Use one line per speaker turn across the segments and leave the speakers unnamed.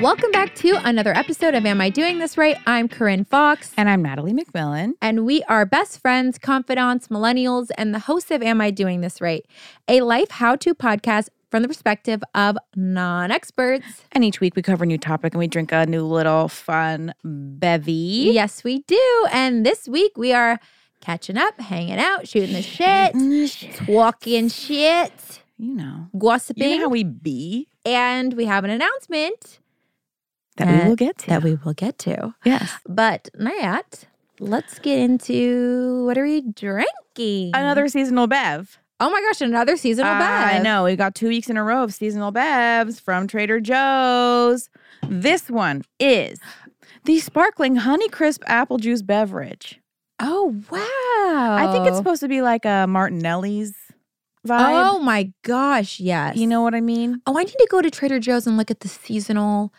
Welcome back to another episode of Am I Doing This Right? I'm Corinne Fox.
And I'm Natalie McMillan.
And we are best friends, confidants, millennials, and the hosts of Am I Doing This Right? A life how to podcast from the perspective of non experts.
And each week we cover a new topic and we drink a new little fun bevy.
Yes, we do. And this week we are catching up, hanging out, shooting the shit, walking shit,
Mm-hmm. You know.
gossiping.
You know how we be
and we have an announcement
that
That-
we will get to.
that we will get to.
yes.
But Nayat, let's get into what are we drinking?
Another seasonal bev.
Oh my gosh, another seasonal
Uh,
bag.
I know. We got two weeks in a row of seasonal bevs from Trader Joe's. This one is the sparkling Honeycrisp apple juice beverage.
Oh wow.
I think it's supposed to be like a Martinelli's vibe.
Oh my gosh, yes.
You know what I mean?
Oh, I need to go to Trader Joe's and look at the seasonal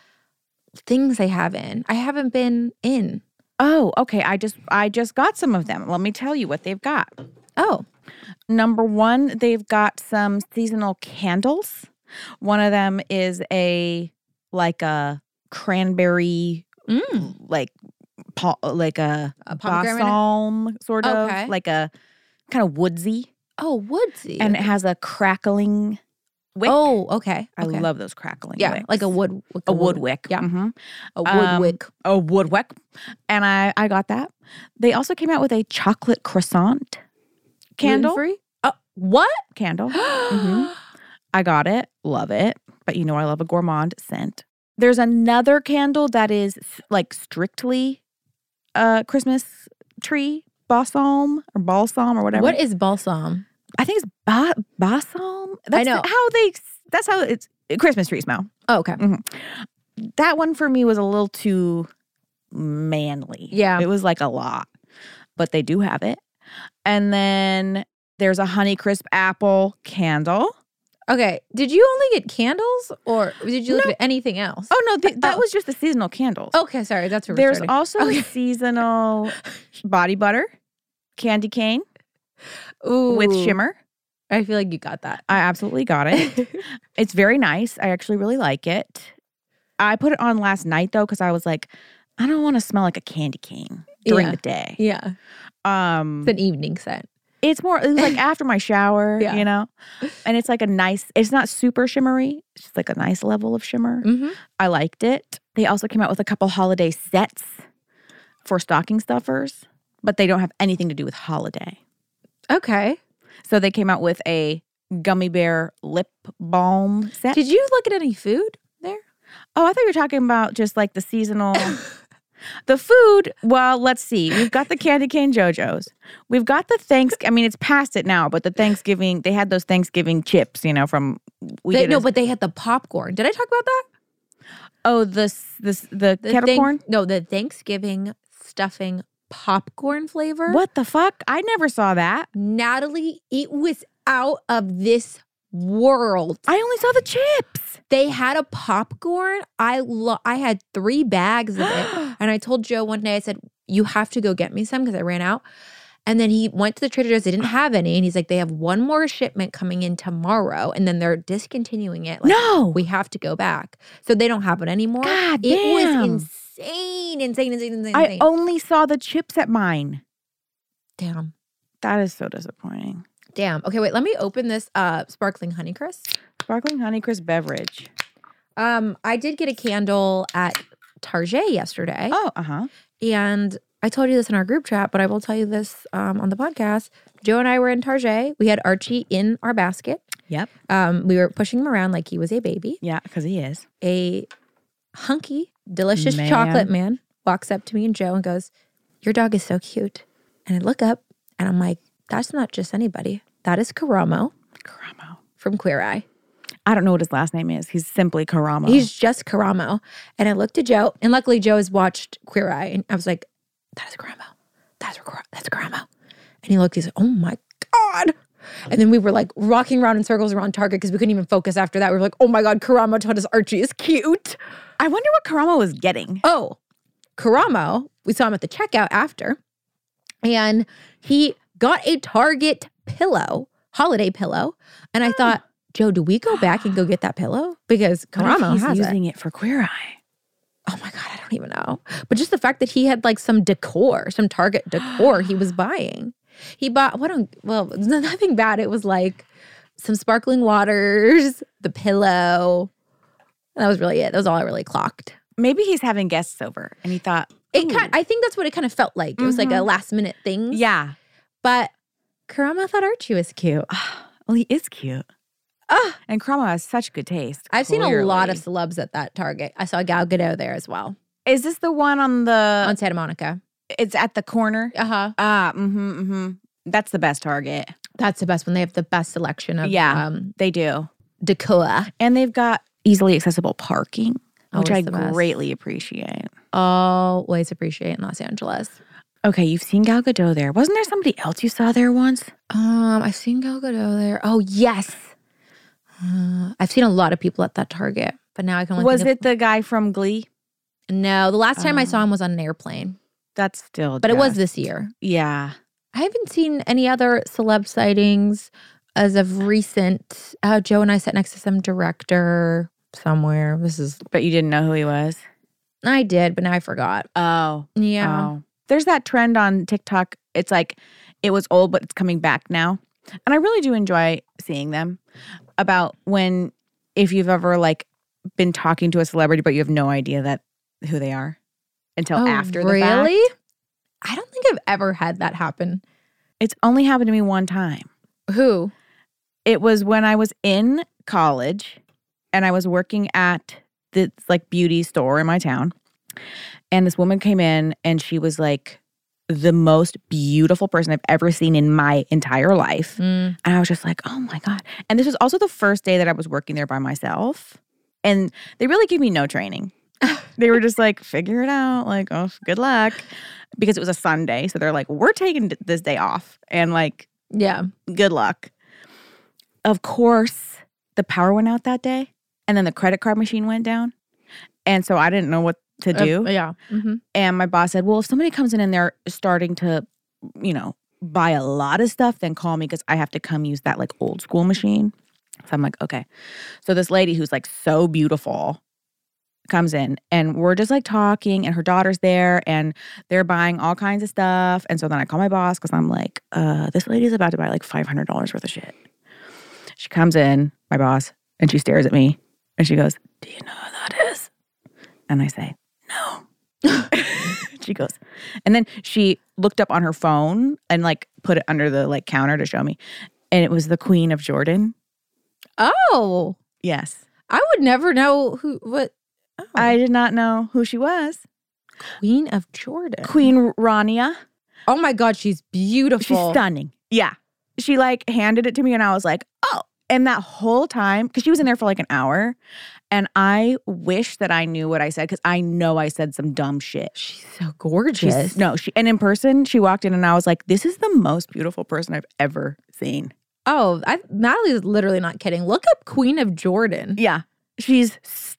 things they have in. I haven't been in.
Oh, okay. I just I just got some of them. Let me tell you what they've got.
Oh.
Number one, they've got some seasonal candles. One of them is a like a cranberry,
Mm.
like pa- like a,
A pomegranate.
balsam sort of,
Okay.
like a kind of woodsy,
Oh, woodsy.
and it has a crackling wick.
Oh, okay.
I
okay.
love those crackling.
Yeah,
wicks.
like a wood Mm-hmm. like
a wood wick.
Yeah.
mhm.
A
Um,
wood wick.
a wood wick, and I I got that. They also came out with a chocolate croissant candle.
Gluten-free? Oh, what?
Candle.
Mm-hmm,
Mhm. I got it. Love it. But you know, I love a gourmand scent. There's another candle that is s- like strictly uh Christmas tree balsam or balsam or whatever.
What is balsam?
I think it's ba- balsam. That's
know.
how they. s- That's how it's Christmas tree smell.
Oh, okay.
That one for me was a little too manly.
Yeah.
It was like a lot, but they do have it. And then there's a Honeycrisp apple candle.
Okay. Did you only get candles or did you look
No.
at anything else?
Oh no, th- that
Oh.
was just the seasonal candles.
Okay, sorry. That's where
there's
we're starting.
also
Okay.
a seasonal body butter, candy cane with
Ooh,
shimmer.
I feel like you got that.
I absolutely got it. it's very nice. I actually really like it. I put it on last night though because I was like, I don't want to smell like a candy cane during
Yeah.
the day.
yeah.
Um,
It's an evening scent.
It's more it was like after my shower,
Yeah.
you know? And it's like a nice, it's not super shimmery. It's just like a nice level of shimmer.
Mm-hmm.
I liked it. They also came out with a couple holiday sets for stocking stuffers, but they don't have anything to do with holiday.
Okay.
So they came out with a gummy bear lip balm set.
Did you look at any food there?
oh, I thought you were talking about just like the seasonal. the food, well, let's see. We've got the candy cane JoJo's. We've got the thanks. I mean, it's past it now, but the Thanksgiving, they had those Thanksgiving chips, you know, from. We
They,
did
no,
a-
but they had the popcorn. Did I talk about that?
oh, this, this, the,
The
kettle
thank-
corn?
No, the Thanksgiving stuffing popcorn flavor.
What the fuck? I never saw that.
Natalie, it was out of this world.
I only saw the chips.
They had a popcorn. I lo- I had three bags of it. And I told Joe one day, I said, You have to go get me some because I ran out. And then he went to the Trader Joe's. They didn't have any. And he's like, They have one more shipment coming in tomorrow. And then they're discontinuing it. Like,
no.
we have to go back. So they don't have it anymore.
God
it
damn.
was insane, insane, insane, insane.
I
insane.
only saw the chips at mine.
damn.
That is so disappointing.
Damn. Okay, wait, let me open this uh sparkling honeycrisp.
Sparkling Honeycrisp beverage.
Um, I did get a candle at Target yesterday.
Oh, uh huh.
And I told you this in our group chat, but I will tell you this um, on the podcast. Joe and I were in Target. We had Archie in our basket.
Yep.
Um, we were pushing him around like he was a baby.
Yeah, because he is.
A hunky, delicious
Man.
chocolate man walks up to me and Joe and goes, Your dog is so cute. And I look up and I'm like, That's not just anybody. That is Karamo
Karamo.
from Queer Eye.
I don't know what his last name is. He's simply Karamo.
He's just Karamo. And I looked at Joe, and luckily Joe has watched Queer Eye, and I was like, "That is Karamo. That's Kar- that's Karamo." And he looked. He's like, "Oh my god!" And then we were like rocking around in circles around Target because we couldn't even focus after that. We were like, "Oh my god, Karamo taught us Archie is cute."
I wonder what Karamo was getting.
Oh, Karamo, we saw him at the checkout after, and he got a Target pillow, holiday pillow, and
Oh.
I thought. Joe, do we go back and go get that pillow? Because
What if
Karamo
he's
has it.
using it. for Queer Eye.
oh my God, I don't even know. But just the fact that he had like some decor, some Target decor he was buying. He bought, what, a, well, it's nothing bad. It was like some sparkling waters, the pillow. And that was really it. That was all I really clocked.
Maybe he's having guests over and he thought,
It
Ooh. Mm-hmm.
kind, I think that's what it kind of felt like. It was like a last minute thing.
yeah.
But Karama thought Archie was cute.
Well, he is cute.
Ah.
And Cromwell has such good taste.
I've seen a lot of
clearly.
celebs at that Target. I saw Gal Gadot there as well
Is this the one on the?
on Santa Monica.
it's at the corner.
Uh huh.
Ah, mm-hmm, mm-hmm. That's the best Target.
That's the best one. They have the best selection of
Yeah.
um,
They do,
decor.
and they've got easily accessible parking,
Always
which I
the best.
greatly appreciate.
Always appreciate in Los Angeles.
Okay, you've seen Gal Gadot there. Wasn't there somebody else you saw there once?
Um, I've seen Gal Gadot there. Oh yes, Uh, I've seen a lot of people at that Target. But now I can only
Was
think
it the guy from Glee?
Of, no, the last time I
Oh.
saw him was on an airplane,
That's still.
but it was
just-
this year.
Yeah.
I haven't seen any other celeb sightings as of recent. Uh, Joe and I sat next to some director somewhere. This is
But you didn't know who he was.
I did, but now I forgot.
Oh.
Yeah.
Oh. There's that trend on TikTok. It's like it was old, but it's coming back now. And I really do enjoy seeing them about when, if you've ever like been talking to a celebrity, but you have no idea that who they are until after the fact.
Oh, really? I don't think I've ever had that happen.
It's only happened to me one time.
Who?
It was when I was in college and I was working at this like beauty store in my town. And this woman came in and she was like the most beautiful person I've ever seen in my entire life.
Mm.
And I was just like, oh my God. And this was also the first day that I was working there by myself. And they really gave me no training. they were just like, figure it out. Like, oh, good luck. Because it was a Sunday. So they're like, we're taking this day off. And like,
Yeah.
good luck. Of course, the power went out that day. And then the credit card machine went down. And so I didn't know what to
Uh,
do. Mm-hmm.
yeah. hmm
And my boss said, Well, if somebody comes in and they're starting to, you know, buy a lot of stuff, then call me because I have to come use that like old school machine. So I'm like, Okay. So this lady who's like so beautiful comes in and we're just like talking and her daughter's there and they're buying all kinds of stuff. And so then I call my boss because I'm like, uh, This lady's about to buy like $500 worth of shit. She comes in, my boss, and she stares at me and she goes, Do you know who that is? And I say, No. she goes, and then she looked up on her phone and like put it under the like counter to show me. And it was the Queen of Jordan.
Oh,
Yes.
I would never know who, what, oh,
I did not know who she was.
Queen of Jordan.
Queen Rania.
Oh my God, she's
She's
beautiful.
stunning. Yeah. She like handed it to me and I was like, oh. And that whole time, because she was in there for like an hour. And I wish that I knew what I said because I know I said some dumb shit.
She's so
She's-
gorgeous.
no, she and in person, she walked in and I was like, this is the most beautiful person I've ever seen.
Oh, I, Natalie's literally not kidding. Look up Queen of Jordan.
Yeah. She's stunning.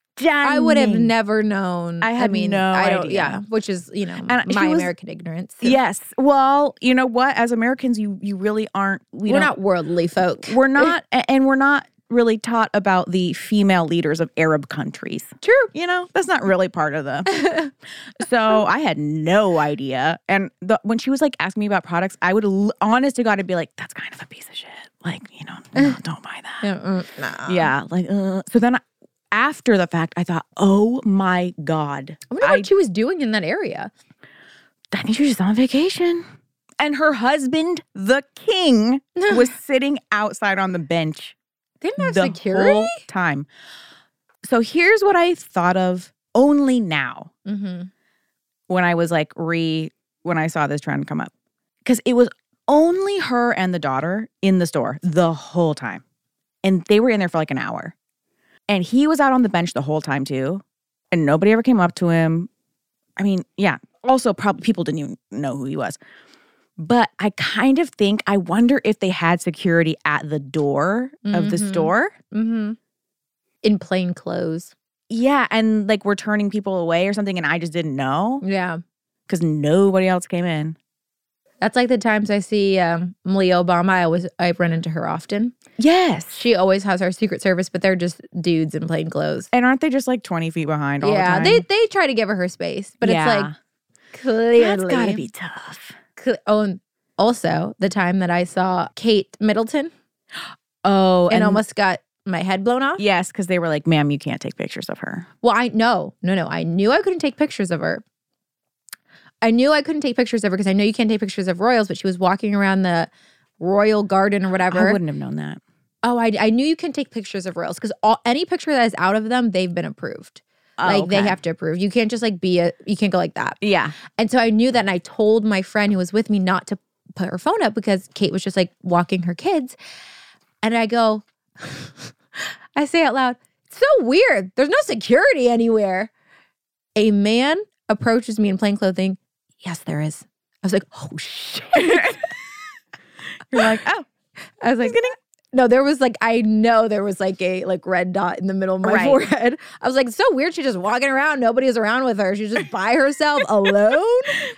I would have never known.
I had
mean,
no
I don't,
idea.
Yeah, which is you know
And
my
she was-
American ignorance.
Yes. Well, you know what? As Americans, you you really aren't. We
we're
don't-
not worldly folk.
We're not. a- and we're not really taught about the female leaders of Arab countries.
True.
You know, that's not really part of the. So I had no idea. And the, when she was like asking me about products, I would, l- honest to God, I'd be like, "That's kind of a piece of shit. Like, you know, no, don't buy that."
Yeah, mm, nah.
Yeah. Like, uh. so then I- after the fact, I thought, "Oh my God."
I wonder what she was doing in that area.
I think she was just on vacation. And her husband, the king, was sitting outside on the bench
They didn't have
the
security.
whole time. So here's what I thought of only now
mm-hmm.
when I was like re when I saw this trend come up. Cuz it was only her and the daughter in the store the whole time. And they were in there for like an hour. And he was out on the bench the whole time too. And nobody ever came up to him. I mean, yeah. Also probably people didn't even know who he was. But I kind of think I wonder if they had security at the door of the
Mhm.
store.
Mm-hmm. In plain clothes.
Yeah, and like we're turning people away or something and I just didn't know
Yeah.
cuz nobody else came in.
That's like the times I see um, Malia Obama. I always I run into her often.
Yes.
She always has her Secret Service, but they're just dudes in plain clothes.
and aren't they just like 20 feet behind all
yeah,
the time?
they they try to give her her space, but it's like clearly
that's gotta be tough.
Cle- oh, and also the time that I saw Kate Middleton
Oh,
and, almost got my head blown off.
yes, because they were like, "Ma'am, you can't take pictures of her."
Well, I no, no, no. I knew I couldn't take pictures of her. I knew I couldn't take pictures of her because I know you can't take pictures of royals, but she was walking around the royal garden or
I
whatever.
wouldn't have known that.
oh, I, I knew you can take pictures of royals because any picture that is out of them, they've been approved.
Oh,
like they
okay.
have to approve. You can't just like be a. You can't go like that.
Yeah.
And so I knew that, and I told my friend who was with me not to put her phone up because Kate was just like walking her kids. And I go, I say out loud, it's so weird. There's no security anywhere. A man approaches me in plain clothing. Yes, there is. I was like, oh shit.
You're like, oh,
I was like, no, there was like, I know there was like a like red dot in the middle of my
Right.
forehead. I was like, so weird. She's just walking around. Nobody's around with her. She's just by herself alone.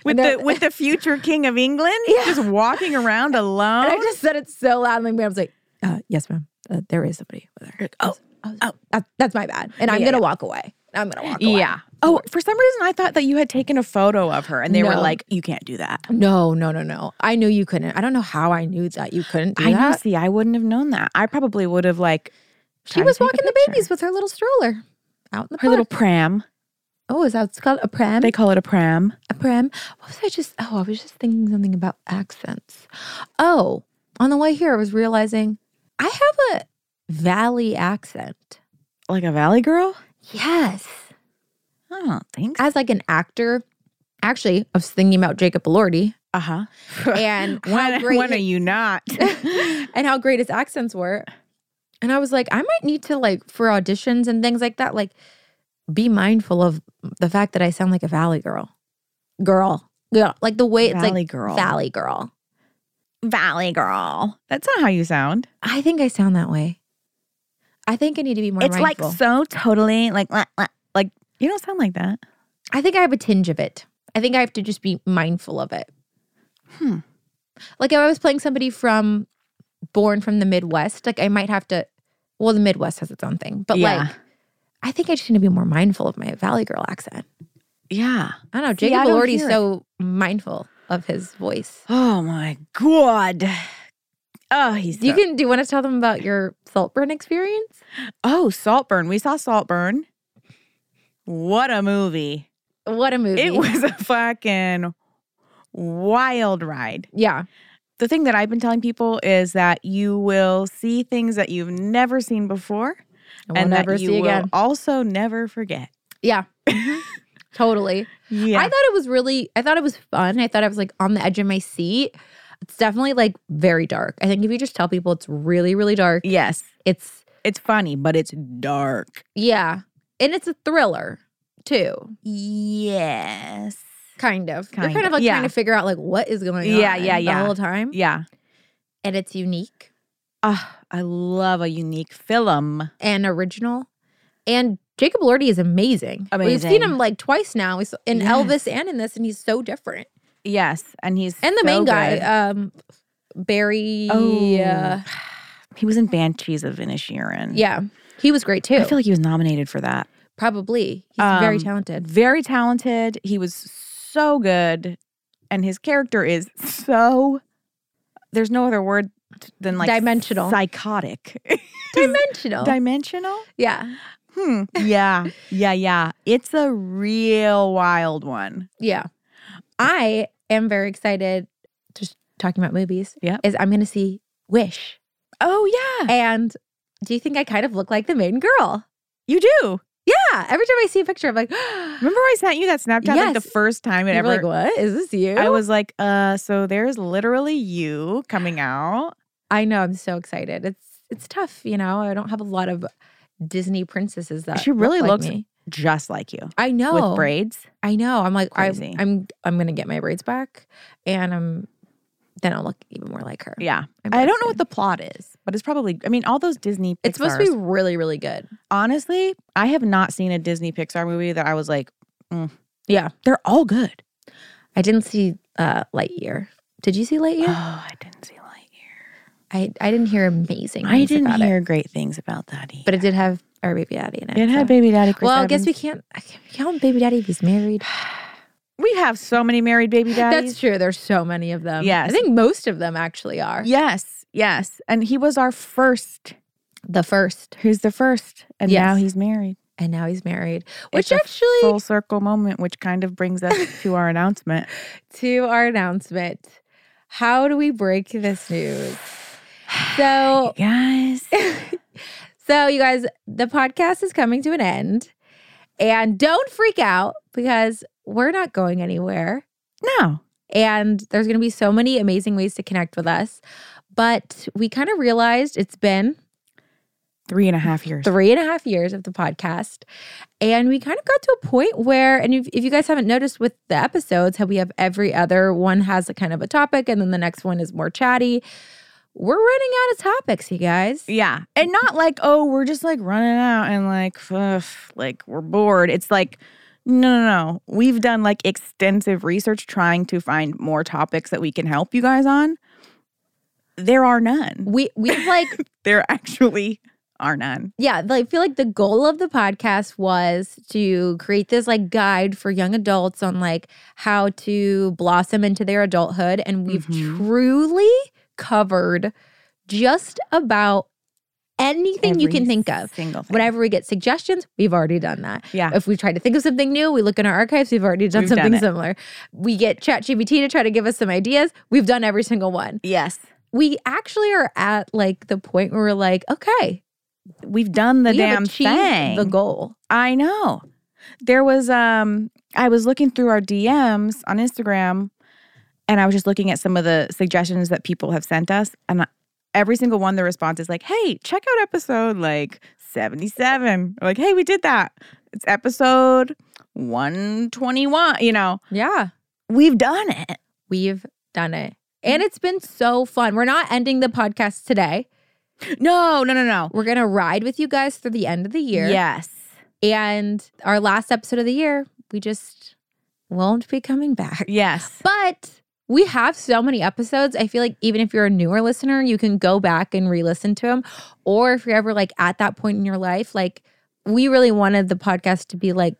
with
And they're-
the with the future king of England,
Yeah.
just walking around alone.
And I just said it so loud, and I was like, uh, "Yes, ma'am. Uh, there is somebody with her."
oh,
I was-
oh.
that- that's my bad. And I'm
Yeah,
gonna
yeah.
walk away. I'm gonna walk away.
yeah. Oh, for some reason, I thought that you had taken a photo of her, and they were
No.
like, "You can't do that."
No, no, no, no. I knew you couldn't. I don't know how I knew that you couldn't do
I know.
that.
See, I wouldn't have known that. I probably would have like.
She
tried to
was
take a
walking the
picture.
babies with her little stroller out in the
Her
park.
little pram.
oh, is that what's called a pram?
They call it a pram.
a pram. What was I just? Oh, I was just thinking something about accents. Oh, on the way here, I was realizing I have a valley accent.
Like a valley girl?
Yes.
I don't think so.
as like an actor, actually, I was thinking about Jacob Elordi
Uh huh.
Uh-huh. and how
when,
great
when are you not?
and how great his accents were. And I was like, I might need to like for auditions and things like that, like be mindful of the fact that I sound like a valley girl, girl, yeah, like the way it's
valley
like
girl.
valley girl.
Valley girl. That's not how you sound.
I think I sound that way. I think I need to be more
it's
mindful.
like so totally like like, like like you don't sound like that.
I think I have a tinge of it. I think I have to just be mindful of it.
Hmm.
Like if I was playing somebody from born from the Midwest, like I might have to well, the Midwest has its own thing. But
Yeah.
like I think I just need to be more mindful of my Valley Girl accent.
Yeah.
I don't know.
See,
Jacob
I don't
Elordi's
hear it.
so mindful of his voice.
Oh my god. Oh, he's
You
so-
can do you want to tell them about your Saltburn experience?
oh Saltburn. We saw Saltburn. What a movie!
What a movie.
It was a fucking wild ride.
yeah.
The thing that I've been telling people is that you will see things that you've never seen before,
And we'll
and
never
that you
see
will
again.
also never forget.
Yeah. Mhm. totally.
Yeah.
I thought it was really, I thought it was fun. I thought I was like on the edge of my seat. It's definitely like very dark. I think if you just tell people it's really, really dark,
yes.
it's,
It's funny, but it's dark.
yeah. And it's a thriller too,
Yes.
kind of. You're
Kind
kind
of,
of like
yeah.
trying to figure out like what is going on
Yeah, yeah, yeah.
the whole time.
Yeah.
And it's unique
Ah, I love a unique film.
and original. And Jacob Lordy is amazing. We've seen
Amazing.
him like twice now. He's in
Yes.
Elvis and in this, and he's so different.
Yes, and he's
And the
so
main guy,
good.
um, Barry.
oh,
uh,
he was in Banshees of Inisherin.
Yeah. He was great too.
I feel like he was nominated for that.
Probably. He's very
Um,
talented.
Very talented. He was so good, and his character is so. There's no other word t- than like
Dimensional. Oh.
psychotic,
Dimensional.
dimensional.
yeah.
Hmm. Yeah, yeah, yeah. It's a real wild one.
Yeah. I am very excited. Just talking about movies.
Yep.
Is I'm going to see Wish.
Oh yeah,
And do you think I kind of look like the main girl?
you do.
Yeah. Every time I see a picture, I'm like,
Remember I sent you that Snapchat like the
Yes.
first time it
People
ever.
are like, what? Is this you?
I was like, uh, so there's literally you coming out.
I know. I'm so excited. It's it's tough, you know. I don't have a lot of Disney princesses that
She really
look like
looks
me.
Just like you.
I know.
With braids.
I know. I'm like I,
Crazy.
I'm I'm gonna get my braids back, and I'm then I'll look even more like her.
Yeah.
I'm
I
very
don't know what
excited.
the plot is, but it's probably I mean, all those Disney Pixars.
It's supposed to be really really good.
honestly, I have not seen a Disney Pixar movie that I was like, mm.
Yeah.
They're all good.
I didn't see uh, Lightyear. Did you see Lightyear?
Oh, I didn't see Lightyear.
I, I didn't hear amazing.
I
things
didn't
about it,
hear great things about that either.
but it did have our baby daddy in it.
it
so-
had Baby Daddy Chris
Well, I guess we
Evans.
can't. I can't count baby daddy if he's married.
we have so many married baby daddies.
That's true. There's so many of them.
Yes.
I think most of them actually are.
Yes, yes. And he was our first.
The first,
Who's the first? And now
Yes.
he's married.
and now he's married, which
It's a
actually
Full circle moment, which kind of brings us to our announcement.
to our announcement. How do we break this news? So,
Guys,
so you guys, the podcast is coming to an end, and don't freak out because we're not going anywhere.
no.
And there's going to be so many amazing ways to connect with us. But we kind of realized it's been
Three and a half years.
three and a half years of the podcast. And we kind of got to a point where, and if, if you guys haven't noticed with the episodes, how we have every other one has a kind of a topic and then the next one is more chatty. We're running out of topics, you guys.
Yeah. And not like, oh, we're just like running out and like, ugh, like we're bored. It's like, no, no, no. We've done like extensive research trying to find more topics that we can help you guys on. There are none.
We we've like,
There actually are none.
yeah, I feel like the goal of the podcast was to create this like guide for young adults on like how to blossom into their adulthood. And we've
Mhm.
truly covered just about anything you
Every
can think of.
Single thing.
Whenever we get suggestions, we've already done that.
Yeah.
If we try to think of something new, we look in our archives, we've already done
We've done
something
it.
similar. We get ChatGPT to try to give us some ideas, we've done every single one.
Yes.
We actually are at like the point where we're like, okay,
We've done the
we have
damn
achieved
thing.
the goal.
I know. There was um I was looking through our DMs on Instagram and I was just looking at some of the suggestions that people have sent us and I- every single one the response is like, "Hey, check out episode like 77." Or like, "Hey, we did that. It's episode 121." You know,
Yeah,
we've done it.
we've done it. And it's been so fun. We're not ending the podcast today.
No, no, no, no.
We're going to ride with you guys through the end of the year.
Yes.
And our last episode of the year, we just won't be coming back.
Yes.
But we have so many episodes. I feel like even if you're a newer listener, you can go back and re-listen to them. Or if you're ever like at that point in your life, like we really wanted the podcast to be like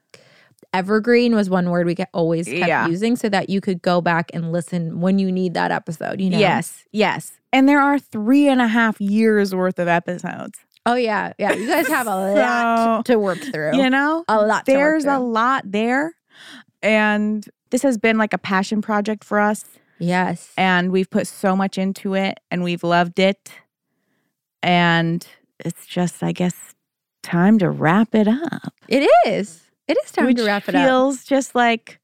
evergreen was one word we ke- always kept
Yeah.
using so that you could go back and listen when you need that episode, you know?
Yes. Yes. And there are three and a half years worth of episodes.
Oh yeah. Yeah. You guys have a lot to work through.
You know?
A lot to work
There's a
through.
lot there. And this has been like a passion project for us.
Yes.
And we've put so much into it and we've loved it. And it's just, I guess, time to wrap it up.
it is. It is time
which
to wrap it up.
feels just like,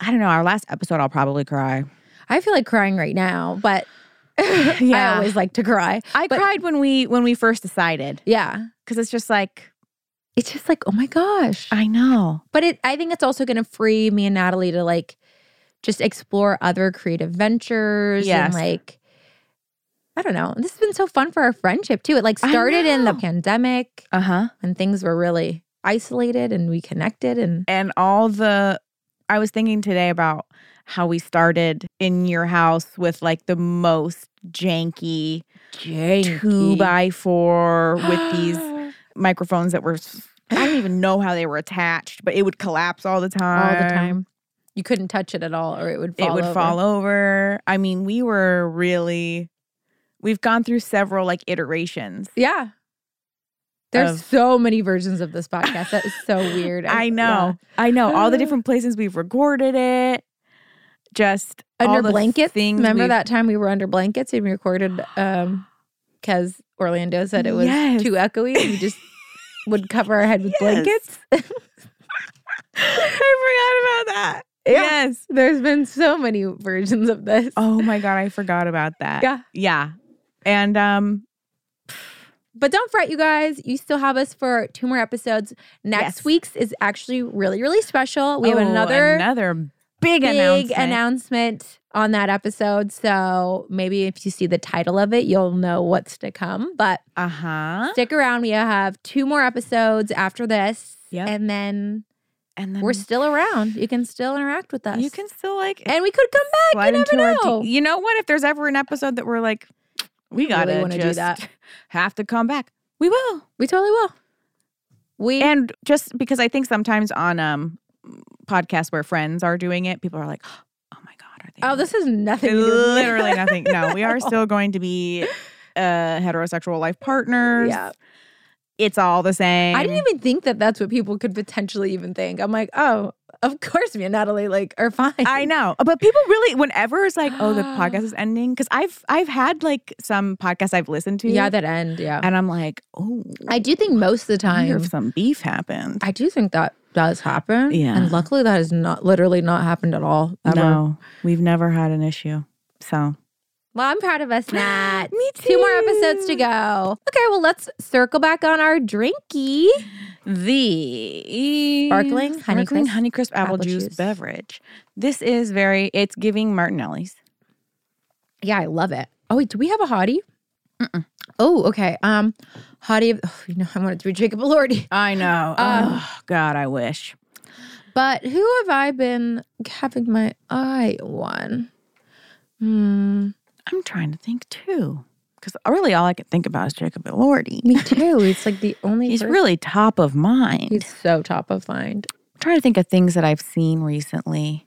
I don't know, our last episode, I'll probably cry.
I feel like crying right now, but I
Yeah.
always like to cry.
I
But-
cried when we when we first decided
Yeah.
because it's just like
it's just like, oh my gosh.
I know
But it I think it's also gonna free me and Natalie to like just explore other creative ventures
Yes.
and like I don't know. This has been so fun for our friendship too. It like
I
started in the
know.
pandemic
uh huh
when things were really isolated and we connected and
and all the I was thinking today about how we started in your house with like the most janky two by four with these microphones that were s- I don't even know how they were attached, but it would collapse all the
all
time.
the time. You couldn't touch it at all or it would fall.
it would
over.
fall over. I mean, we were really we've gone through several like iterations.
Yeah. There's
Of-
so many versions of this podcast. That is so weird.
I
yeah.
know. I know. All the different places we've recorded it. Just all
under
the
blankets.
Things
Remember
we've-
that time we were under blankets and we recorded um because Orlando said it was
Yes.
too echoey. We just would cover our head with blankets.
Yes. I forgot about that.
Yeah.
Yes.
There's been so many versions of this.
Oh my god, I forgot about that.
Yeah.
Yeah. And um
But don't fret, you guys. You still have us for two more episodes. Next
Yes.
week's is actually really, really special. We have
oh,
another,
another big,
big announcement.
announcement.
on that episode. So maybe if you see the title of it, you'll know what's to come. But
uh-huh.
stick around. We have two more episodes after this.
Yep.
And then
and then
We're still around. You can still interact with us.
you can still like
and we could come back.
slide
You never
into our
know.
D- E you know what? If there's ever an episode that we're like, we gotta
really wanna do
just
that.
have to come back. We will.
we totally will. We
And just because I think sometimes on um podcasts where friends are doing it, people are like, "Oh my god, are they?"
oh, this is nothing. to do with me.
literally nothing. No, we are still going to be uh, heterosexual life partners.
Yeah.
it's all the same.
I didn't even think that that's what people could potentially even think. I'm like, oh, of course, me and Natalie like are fine.
I know, but people really, whenever it's like, "Oh, the podcast is ending," because I've I've had like some podcasts I've listened to,
Yeah, that end. Yeah,
and I'm like, "Oh,
I do think most of the
wonder
time,
if some beef happened."
I do think that does happen.
Yeah.
and luckily that has not literally not happened at all. Ever.
No, we've never had an issue, so
Well, I'm proud of us, Nat.
Me
Two more episodes to
too.
go. Okay, well, let's circle back on our drinky.
the
Sparkling Honeycrisp
sparkling honey crisp apple,
apple
juice,
juice.
beverage. This is very it's giving Martinelli's.
Yeah, I love it. Oh wait, do we have a hottie? Oh, okay. Um, hottie. Of, oh, you know, I wanted to be Jacob Elordi,
I know.
Um,
oh God, I wish.
but who have I been having my eye on? Hmm.
I'm trying to think too, because really all I can think about is Jacob Elordi.
Me too. It's like the only.
He's
person-
really top of mind.
He's so top of mind.
I'm trying to think of things that I've seen recently.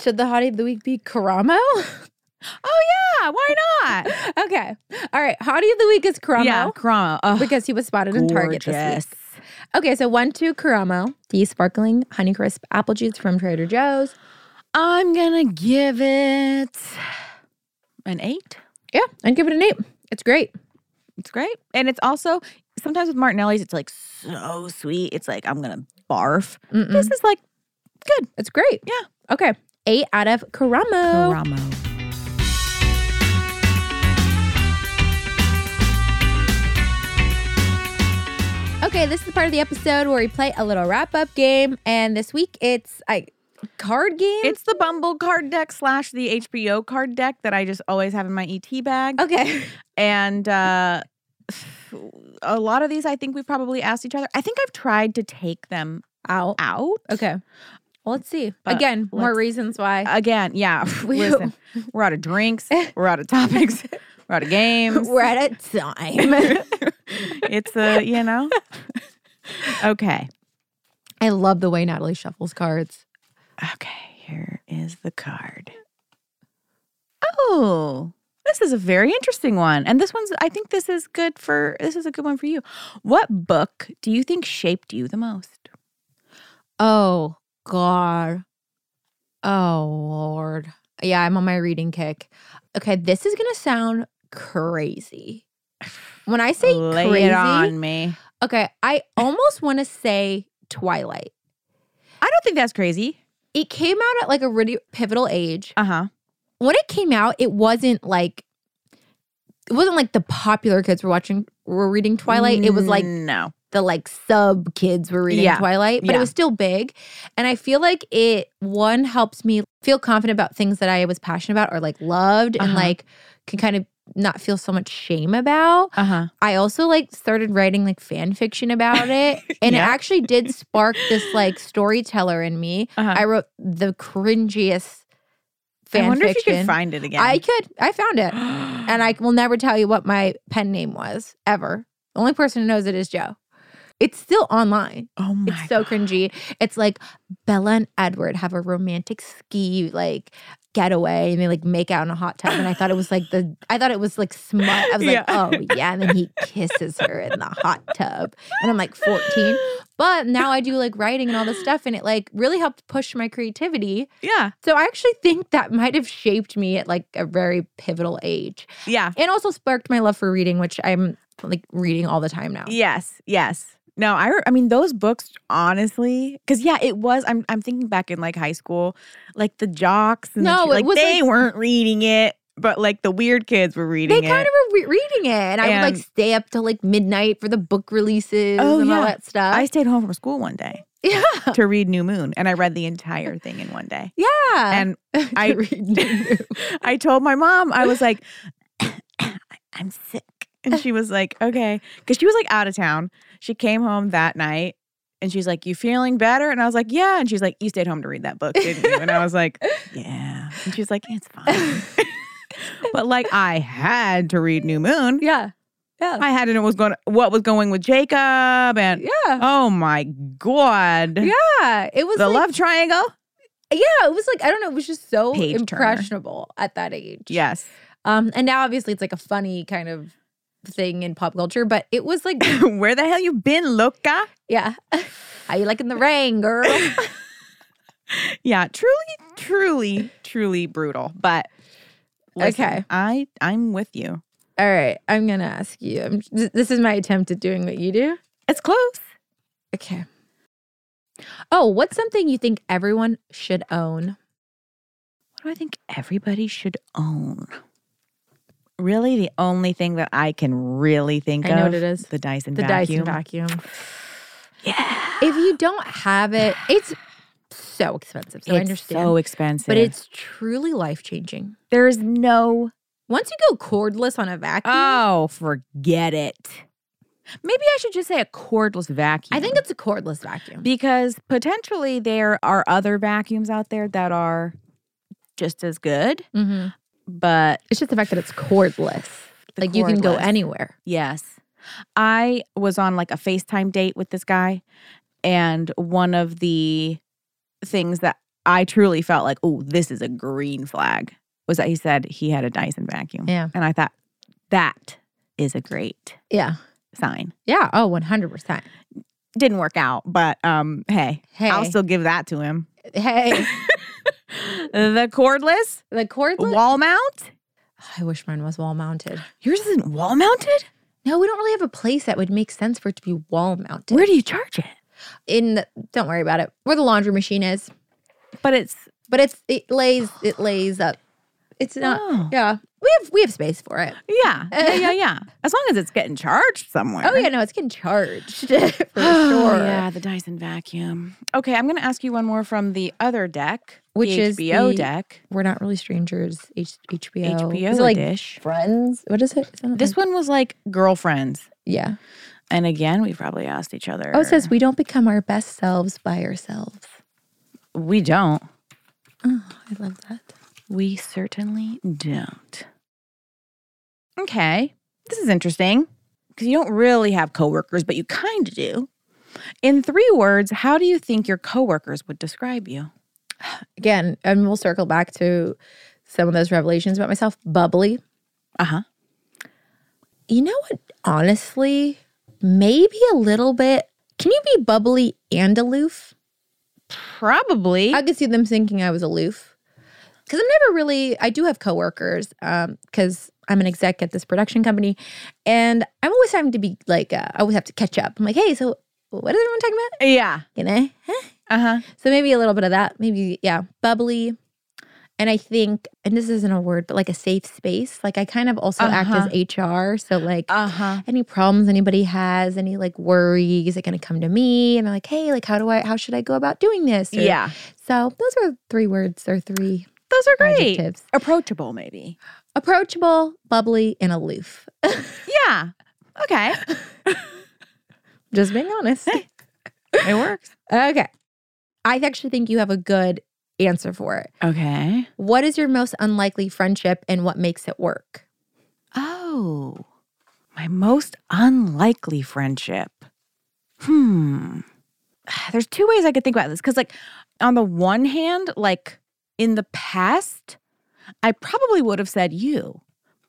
Should the hottie of the week be Karamo?
Oh yeah, why not?
okay. All right. Hottie of the week is Karamo.
yeah, Cromo. Oh,
Because he was spotted in Target this week.
gorgeous.
Okay, so one, two, Karamo, the sparkling Honeycrisp apple juice from Trader Joe's.
I'm gonna give it an eight.
Yeah, I'd give it an eight. It's great.
It's great. And it's also sometimes with Martinelli's, it's like so sweet. It's like I'm gonna barf.
Mm-mm.
This is like good.
It's great.
Yeah.
Okay. Eight out of Karamo.
Karamo.
Okay, this is the part of the episode where we play a little wrap up game. And this week it's a card game.
It's the Bumble card deck slash the HBO card deck that I just always have in my ET bag.
okay.
And uh a lot of these I think we've probably asked each other. I think I've tried to take them
Out.
out.
Okay. Well, let's see.
But
Again, more
let's-
reasons why.
Again, yeah.
We-
Listen, we're out of drinks. We're out of topics. We're out of games.
We're at a time.
it's a, you know. Okay.
I love the way Natalie shuffles cards.
Okay, here is the card. Oh, this is a very interesting one. And this one's, I think this is good for, this is a good one for you. What book do you think shaped you the most?
Oh God. Oh Lord. Yeah, I'm on my reading kick. Okay, this is gonna sound crazy. When I say
Lay
crazy,
it on me.
okay, I almost want to say Twilight.
I don't think that's crazy.
It came out at like a really pivotal age.
Uh huh.
When it came out, it wasn't like it wasn't like the popular kids were watching were reading Twilight. It was like
Mm, no.
the like sub kids were reading
Yeah.
Twilight, but
Yeah.
it was still big. And I feel like it one helps me feel confident about things that I was passionate about or like loved and
Uh-huh.
like can kind of not feel so much shame about.
Uh huh.
I also like started writing like fan fiction about it. And
Yeah.
it actually did spark this like storyteller in me.
Uh-huh.
I wrote the cringiest fan
I wonder
fiction.
if you could find it again.
I could. I found it. And I will never tell you what my pen name was ever. The only person who knows it is Joe. It's still online.
oh my
It's so
God.
cringy. It's like Bella and Edward have a romantic ski like getaway and they like make out in a hot tub. And I thought it was like the I thought it was like smut. I was
Yeah.
like, oh yeah. And then he kisses her in the hot tub. And I'm like 14. But now I do like writing and all this stuff. And it like really helped push my creativity.
Yeah.
So I actually think that might have shaped me at like a very pivotal age
Yeah.
and also sparked my love for reading, which I'm like reading all the time now.
Yes, yes. No, I re- I mean those books honestly cuz yeah, it was I'm I'm thinking back in like high school, like the jocks and the
No,
chi-
it
like
was,
they
like-
weren't reading it, but like the weird kids were reading
They
it.
kind of were re- reading it, and, I would
And-
like stay up till like midnight for the book releases
Oh,
and all
yeah.
that stuff.
I stayed home from school one day
yeah,
to read New Moon and I read the entire thing in one day.
yeah.
And
To
I-
read.
I told my mom, I was like "I- I'm sick. And she was like, "Okay." Cuz she was like out of town. She came home that night And she's like, You feeling better? And I was like, Yeah. And she's like, You stayed home to read that book, didn't you? And I was like, Yeah. And she's like, It's fine. but like I had to read New Moon.
Yeah. Yeah.
I had to know what was going what was going with Jacob and
yeah.
oh my god.
Yeah. It was
the
like,
love triangle?
yeah, it was like I don't know, it was just so
Page turner.
impressionable at that age.
Yes.
Um and now obviously it's like a funny kind of thing in pop culture, but it was like
Where the hell you been, Loca?
yeah. How you liking the rain, girl?
Yeah, truly, truly, truly brutal. But listen,
Okay.
I I'm with you.
All right, I'm going to ask you. I'm, th- this is my attempt at doing what you do.
It's close.
Okay. Oh, what's something you think everyone should own?
What do I think everybody should own? Really, the only thing that I can really think
I know
of
what it is.
the Dyson
The Dyson
vacuum.
vacuum.
Yeah,
If you don't have it, it's so expensive. So I
it's
understand.
so expensive,
but it's truly life changing.
there's no.
Once you go cordless on a vacuum,
Oh, forget it. Maybe I should just say a cordless vacuum.
I think it's a cordless vacuum.
because potentially there are other vacuums out there that are just as good,
mm-hmm.
but
It's just the fact that it's cordless.
The
like you can go
cordless.
anywhere.
Yes. I was on like a FaceTime date with this guy, and one of the things that I truly felt like, oh, this is a green flag was that he said he had a Dyson vacuum.
Yeah.
And I thought, that is a great
Yeah.
sign.
Yeah. Oh, 100%.
Didn't work out, but um, hey,
Hey.
I'll still give that to him.
hey.
the cordless
the cordless.
wall mount.
I wish mine was wall mounted.
Yours isn't wall mounted?
No, we don't really have a place that would make sense for it to be wall mounted.
Where do you charge it?
In the, don't worry about it. Where the laundry machine is,
But it's
but it's it lays it lays up. It's not.
Oh.
Yeah, we have we have space for it.
Yeah, yeah, yeah, yeah. As long as it's getting charged somewhere.
Oh yeah, Oh, no, it's getting charged for sure.
yeah, the Dyson vacuum. Okay, I'm going to ask you one more from the other deck,
Which
the
is
HBO
the
deck,
We're not really strangers. H- HBO.
HBO
Is it like
dish.
friends? What is it? Something
This
like-
one was like girlfriends,
yeah.
and again, we probably asked each other.
Oh, it says we don't become our best selves by ourselves.
we don't.
Oh, I love that.
We certainly don't. Okay, this is interesting because you don't really have coworkers, but you kind of do. In three words, how do you think your coworkers would describe you?
Again, and we'll circle back to some of those revelations about myself. Bubbly.
Uh
Uh-huh.
huh.
You know what? Honestly, maybe a little bit. Can you be bubbly and aloof?
Probably.
I could see them thinking I was aloof. Cause I'm never really I do have coworkers, um, because I'm an exec at this production company and I'm always having to be like uh, I always have to catch up. I'm like, hey, so what is everyone talking about?
yeah.
You know? Huh?
Uh huh.
So maybe a little bit of that. Maybe yeah, bubbly. And I think, and this isn't a word, but like a safe space. Like I kind of also
Uh-huh.
act as HR. So like
Uh huh.
any problems anybody has, any like worries, they're gonna come to me and they're like, hey, like how do I how should I go about doing this? Or-
Yeah.
So those are three words or three
Those are great.
adjectives.
Approachable, maybe.
Approachable, bubbly, and aloof.
Yeah. Okay.
Just being honest.
it works.
okay. I actually think you have a good answer for it.
Okay.
What is your most unlikely friendship and what makes it work?
Oh, my most unlikely friendship. Hmm. There's two ways I could think about this. Cause, like, on the one hand, like in the past, I probably would have said you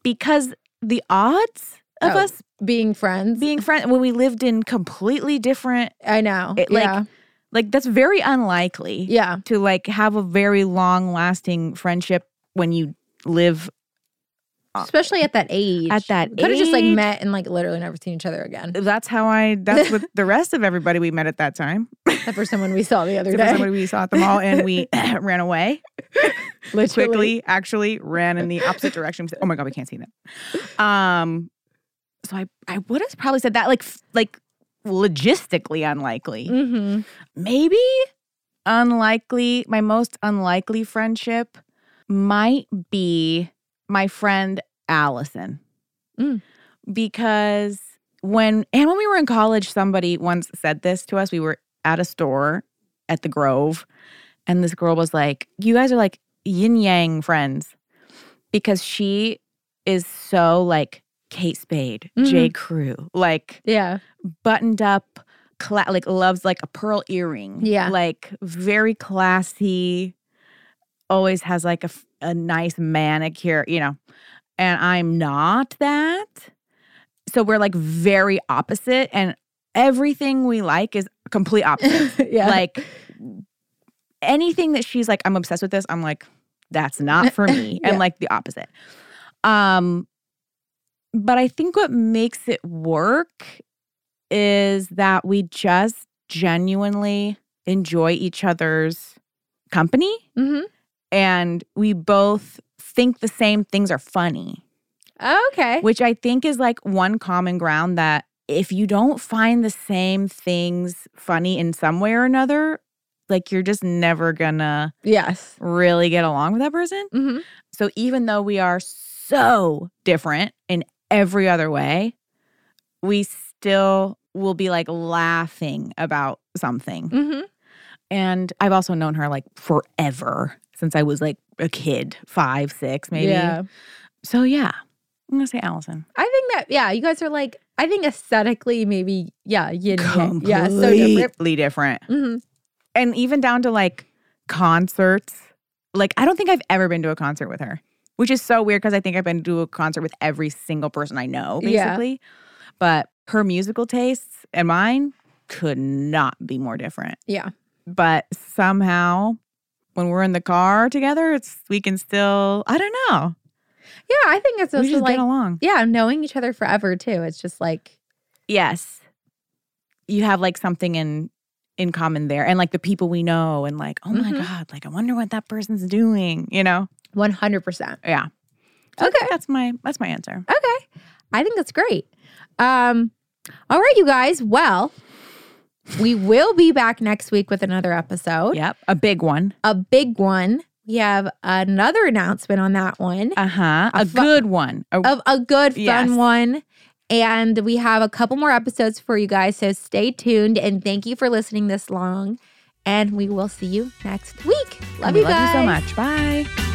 because the odds of
Oh.
us
Being friends.
being friends when we lived in completely different,
I know.
It, like-
yeah.
like, that's very unlikely.
yeah.
to like have a very long lasting friendship when you live Uh,
Especially at that age.
at that
Could have just like
age.
met and like literally never seen each other again.
that's how I that's with the rest of everybody we met at that time.
Except for someone we saw the other
Except for
day.
somebody we saw at the mall and we ran away
Literally.
quickly, actually ran in the opposite direction. We said, Oh my god, we can't see that. Um so I I would have probably said that like f- like logistically unlikely.
Mm-hmm.
maybe unlikely my most unlikely friendship might be my friend allison
Mm.
because when and when we were in college somebody once said this to us we were at a store at the Grove, and this girl was like, "You guys are like yin yang friends," because she is so like Kate Spade, J. Crew, like
Yeah.
buttoned up, cla- like loves like a pearl earring.
Yeah.
Like very classy, always has like a, f- a nice manicure, you know. And I'm not that. So we're like very opposite and everything we like is complete opposite.
yeah.
Like anything that she's like I'm obsessed with this, I'm like that's not for me and
Yeah.
like the opposite. Um but I think what makes it work is that we just genuinely enjoy each other's company
hmm
and we both think the same things are funny,
okay.
which I think is like one common ground that if you don't find the same things funny in some way or another, like you're just never gonna
yes.
really get along with that person.
hmm
So even though we are so different in every other way, we still will be like laughing about something.
hmm
And I've also known her like forever since I was like a kid, five, six, maybe.
Yeah.
So yeah, I'm gonna say Allison.
I think that yeah, you guys are like I think aesthetically maybe yeah yin yang.
Completely
yeah so different.
different.
hmm
And even down to like concerts. Like I don't think I've ever been to a concert with her, which is so weird because I think I've been to a concert with every single person I know,
Yeah.
basically. But her musical tastes and mine could not be more different.
Yeah.
But somehow when we're in the car together, it's we can still I don't know.
Yeah, I think it's
we
also
just
like
get along.
yeah knowing each other forever too. It's just like
Yes. You have like something in in common there and like the people we know and like, oh my
Mhm.
God, like I wonder what that person's doing, you know?
one hundred percent.
Yeah. So I think
Okay.
That's my that's my answer.
Okay. I think that's great. Um, all right, you guys. Well, we will be back next week with another episode,
Yep. A big one.
a big one. We have another announcement on that one
Uh-huh.
A
A,
fu-
good one. A-
of a good, fun
Uh, Yes.
one. And we have a couple more episodes for you guys. So stay tuned and thank you for listening this long. And we will see you next week. Love
we
you guys.
Love you so much. Bye.